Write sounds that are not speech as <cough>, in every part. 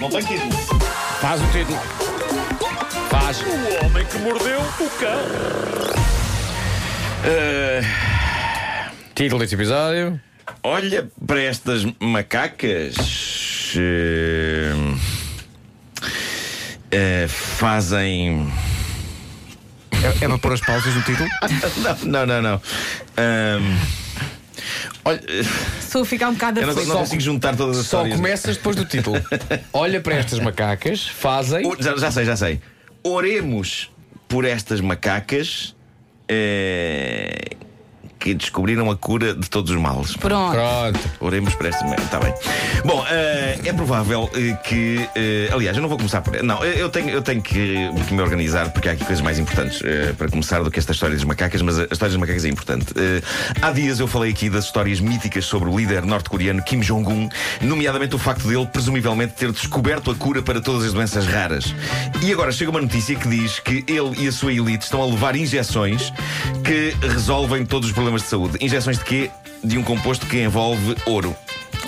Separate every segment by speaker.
Speaker 1: Não tem título.
Speaker 2: Faz o título. Faz.
Speaker 3: O homem que mordeu o cão.
Speaker 2: Eh, Título deste episódio.
Speaker 1: Olha para estas macacas. eh, eh, fazem.
Speaker 2: É, para pôr as pausas no título?
Speaker 1: <laughs> Não, não, não. não. Ahm, olha, eh,
Speaker 4: Estou a ficar um bocado
Speaker 1: eu não, não
Speaker 4: aflita.
Speaker 1: consigo juntar todas as
Speaker 2: Só
Speaker 1: histórias.
Speaker 2: começas depois do título.
Speaker 1: <laughs>
Speaker 2: Olha para estas macacas, fazem.
Speaker 1: O- Uh, Já, já sei, já sei. Oremos por estas macacas eh, que descobriram a cura de todos os males.
Speaker 4: Pronto.
Speaker 2: Pronto.
Speaker 1: Oremos por esta merda. Está bem. Bom, eh, é provável eh, que. eh, aliás, eu não vou começar por. Não, eh, eu tenho, eu tenho que, que me organizar porque há aqui coisas mais importantes eh, para começar do que esta história das macacas, mas a, a história das macacas é importante. Eh, há dias eu falei aqui das histórias míticas sobre o líder norte-coreano Kim Jong-un, nomeadamente o facto dele, presumivelmente, ter descoberto a cura para todas as doenças raras. E agora chega uma notícia que diz que ele e a sua elite estão a levar injeções que resolvem todos os problemas de saúde. Injeções de quê? De um composto que envolve ouro.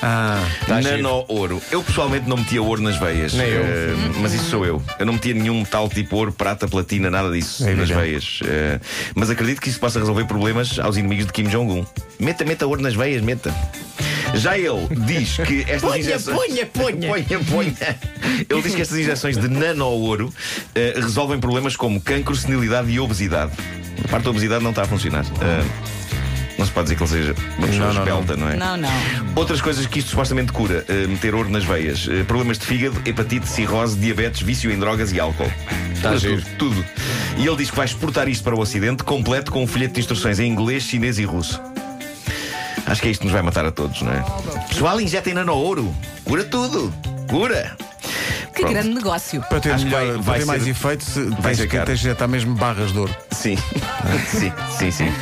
Speaker 2: Tá
Speaker 1: Nano-ouro. Eu pessoalmente não metia ouro nas veias.
Speaker 2: Nem eu.
Speaker 1: Eh, mas isso sou eu. Eu não metia nenhum metal tipo ouro, prata, platina, nada disso
Speaker 2: É
Speaker 1: nas veias. Eh, mas acredito que isso possa resolver problemas aos inimigos de Kim Jong-un. Meta, meta ouro nas veias, meta. Já ele diz
Speaker 2: <laughs>
Speaker 1: que estas injeções. Ponha, ponha, <laughs> ponha. Ele diz que estas injeções de nano-ouro eh, resolvem problemas como cancro, senilidade e obesidade. A parte da obesidade não está a funcionar. Eh, não se pode dizer que ele seja uma pessoa
Speaker 2: Não, não, não.
Speaker 1: espelta, não é?
Speaker 4: Não, não.
Speaker 1: Outras coisas que isto supostamente cura: eh, meter ouro nas veias, eh, problemas de fígado, hepatite, cirrose, diabetes, vício em drogas e álcool. Cura
Speaker 2: giro.
Speaker 1: tudo, tudo. E ele diz que vai exportar isto para o Ocidente, completo com um folheto de instruções em inglês, chinês e russo. Acho que é isto que nos vai matar a todos, não é? Pessoal, injetem nano ouro. Cura tudo. Cura.
Speaker 4: Que
Speaker 1: Pronto.
Speaker 4: grande negócio.
Speaker 5: Para ter,
Speaker 1: Acho que vai-
Speaker 5: melhor, para
Speaker 1: vai
Speaker 5: ter mais
Speaker 1: ser-
Speaker 5: efeito, se-
Speaker 1: vai
Speaker 5: tens
Speaker 1: ser
Speaker 5: que
Speaker 1: caro.
Speaker 5: até injetar mesmo barras de ouro.
Speaker 1: Sim, <laughs> sim, sim, sim.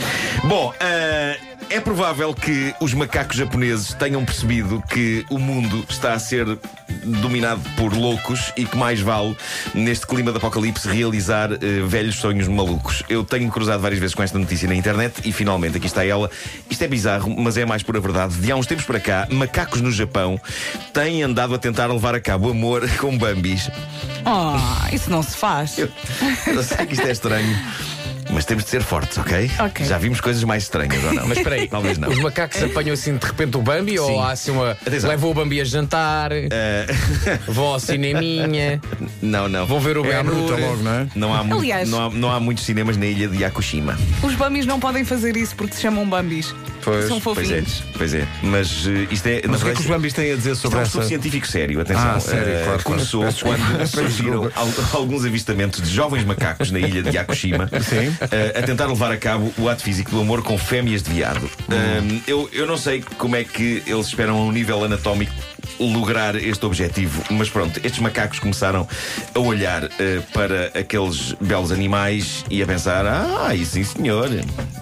Speaker 1: Bom, ah, é provável que os macacos japoneses tenham percebido que o mundo está a ser dominado por loucos e que mais vale, neste clima de apocalipse, realizar eh, velhos sonhos malucos. Eu tenho cruzado várias vezes com esta notícia na internet e finalmente aqui está ela. Isto é bizarro, mas é mais pura verdade. De há uns tempos para cá, macacos no Japão têm andado a tentar levar a cabo o amor <laughs> com bambis.
Speaker 4: Oh, isso não se faz.
Speaker 1: Eu, eu sei que isto é estranho, mas temos de ser fortes, ok?
Speaker 4: Ok.
Speaker 1: Já vimos coisas mais estranhas ou não?
Speaker 2: Mas espera
Speaker 1: <laughs>
Speaker 2: aí,
Speaker 1: Talvez não.
Speaker 2: os macacos apanham assim de repente o Bambi ou há assim uma.
Speaker 1: Atenção. É.
Speaker 2: Levou o Bambi a jantar, vão ao cineminha,
Speaker 1: Eh, <laughs> Não, não.
Speaker 2: vão ver o
Speaker 5: É a
Speaker 2: Ben
Speaker 5: bruta logo, não é?
Speaker 1: Não há, mu-
Speaker 4: Aliás-
Speaker 1: não, há, não há muitos cinemas na ilha de Yakushima.
Speaker 4: Os bambis não podem fazer isso porque se chamam bambis. São
Speaker 1: Pois é,
Speaker 4: fofinhos.
Speaker 1: pois é. Mas eh, isto é.
Speaker 5: Mas o que é que os bambis têm a dizer
Speaker 1: Isto é
Speaker 5: sobre
Speaker 1: um
Speaker 5: essa?
Speaker 1: estudo científico sério, atenção.
Speaker 5: Ah, sério,
Speaker 1: Eh,
Speaker 5: claro, claro.
Speaker 1: começou
Speaker 5: <laughs> Peço
Speaker 1: quando
Speaker 5: desculpa.
Speaker 1: surgiram al- alguns avistamentos de jovens macacos na ilha de Yakushima
Speaker 5: <laughs> Sim.
Speaker 1: eh, a tentar levar a cabo o ato físico do amor com fêmeas de viado. Eh, eu, eu não sei como é que eles esperam a um nível anatómico lograr este objetivo, mas pronto, estes macacos começaram a olhar eh, para aqueles belos animais e a pensar: ah, e sim senhor,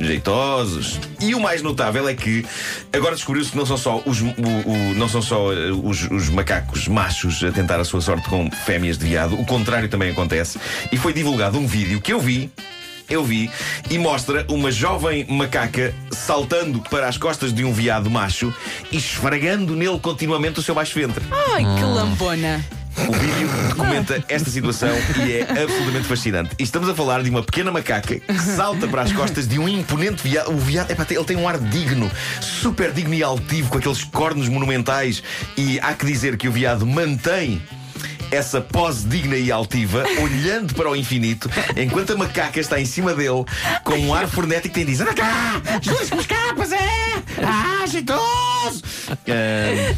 Speaker 1: jeitosos. E o mais notável é que agora descobriu-se que não são só os, o- o- não são só eh, os, os macacos machos a tentar a sua sorte com fêmeas de viado, o contrário também acontece. E foi divulgado um vídeo que eu vi. Eu vi e mostra uma jovem macaca saltando para as costas de um viado macho e esfregando nele continuamente o seu baixo ventre.
Speaker 4: Ai, que lambona.
Speaker 1: O vídeo documenta esta situação e é absolutamente fascinante. E estamos a falar de uma pequena macaca que salta para as costas de um imponente viado. O viado, epá, ele tem um ar digno, super digno e altivo, com aqueles cornos monumentais. E há que dizer que o viado mantém. Essa pose digna e altiva, olhando para o infinito, enquanto a macaca está em cima dele, com um ar frenético, tem diz: Anda cá! Jesus, me escapas, é! Ah, jeitoso! Ah,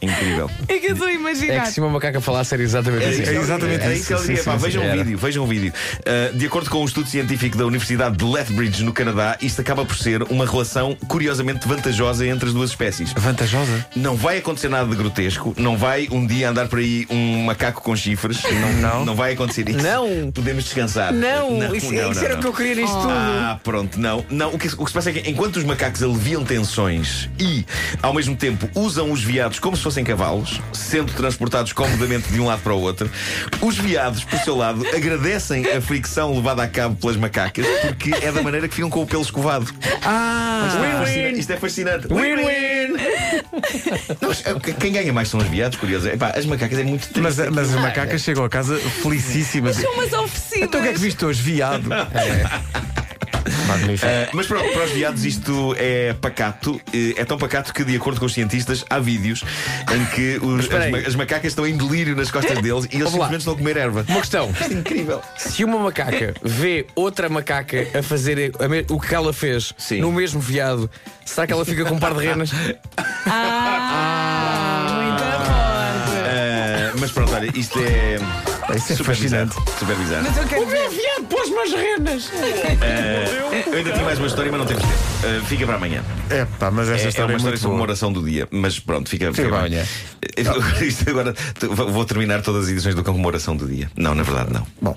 Speaker 1: incrível.
Speaker 4: É que eu estou a
Speaker 2: É
Speaker 4: imaginar.
Speaker 2: que se uma macaca falasse era exatamente
Speaker 1: É
Speaker 2: assim.
Speaker 1: isso,
Speaker 5: exatamente
Speaker 1: é
Speaker 5: isso.
Speaker 1: isso que eu digo.
Speaker 5: Sim,
Speaker 1: Epá,
Speaker 5: sim,
Speaker 1: Vejam
Speaker 2: sim.
Speaker 1: um vídeo, vejam um vídeo. Uh, de acordo com um estudo científico da Universidade de Lethbridge, no Canadá, isto acaba por ser uma relação curiosamente vantajosa entre as duas espécies.
Speaker 5: Vantajosa?
Speaker 1: Não vai acontecer nada de grotesco, não vai um dia andar por aí um macaco com chifres, não, não. vai acontecer isso.
Speaker 2: Não.
Speaker 1: Podemos descansar. não, é,
Speaker 2: é,
Speaker 1: não, não, não.
Speaker 2: queria nisto
Speaker 1: Ah, pronto, não. não o, que, o que se passa é que enquanto os macacos aliviam tensões e, ao mesmo tempo, usam os viados como se fossem cavalos, sendo transportados comodamente de um lado para o outro, os viados, por seu lado, agradecem a fricção levada a cabo pelas macacas, porque é da maneira que ficam com o pelo escovado. Ah, isto, é fascinante. isto é fascinante. Win-win! Não, mas, eh, quem ganha mais são os viados, curioso. Epá, as macacas é muito triste.
Speaker 5: Mas, mas as macacas chegam a casa felicíssimas.
Speaker 4: São umas oferecidas.
Speaker 5: Então o que é que viste hoje, viado?
Speaker 2: É. Magnífico.
Speaker 1: Eh, mas para, para os viados isto é pacato. Eh, É tão pacato que, de acordo com os cientistas, há vídeos em que os-
Speaker 2: espera
Speaker 1: as,
Speaker 2: aí.
Speaker 1: ma- as macacas estão em delírio nas costas deles e eles
Speaker 2: Vamos lá.
Speaker 1: simplesmente estão a comer erva.
Speaker 2: Uma questão.
Speaker 1: Isto é incrível.
Speaker 2: Se uma <laughs> macaca vê outra macaca a fazer a me- o que ela fez
Speaker 1: Sim.
Speaker 2: no mesmo viado, será que ela fica com um par de <laughs> renas?
Speaker 4: é
Speaker 1: Ah.
Speaker 4: Ah, muita morte.
Speaker 1: Eh, mas pronto, olha, isto é.
Speaker 5: Isso é
Speaker 1: super
Speaker 5: fascinante.
Speaker 1: bizarro, Super bizarro. Eh,
Speaker 4: Mas eu quero ver.
Speaker 2: É, viado, pôs-me as renas!
Speaker 1: Eu ainda tinha mais uma história, mas não temos tempo. Eh, fica para amanhã.
Speaker 5: É pá, mas essa
Speaker 1: É, é
Speaker 5: história
Speaker 1: uma
Speaker 5: é,
Speaker 1: história
Speaker 5: muito
Speaker 1: sobre uma
Speaker 5: boa.
Speaker 1: oração do dia, mas pronto, fica,
Speaker 5: Fica para amanhã.
Speaker 1: <laughs> Eh, Isto agora, vou terminar todas as edições do Cão com uma oração do dia. Não, na verdade, não.
Speaker 5: Bom.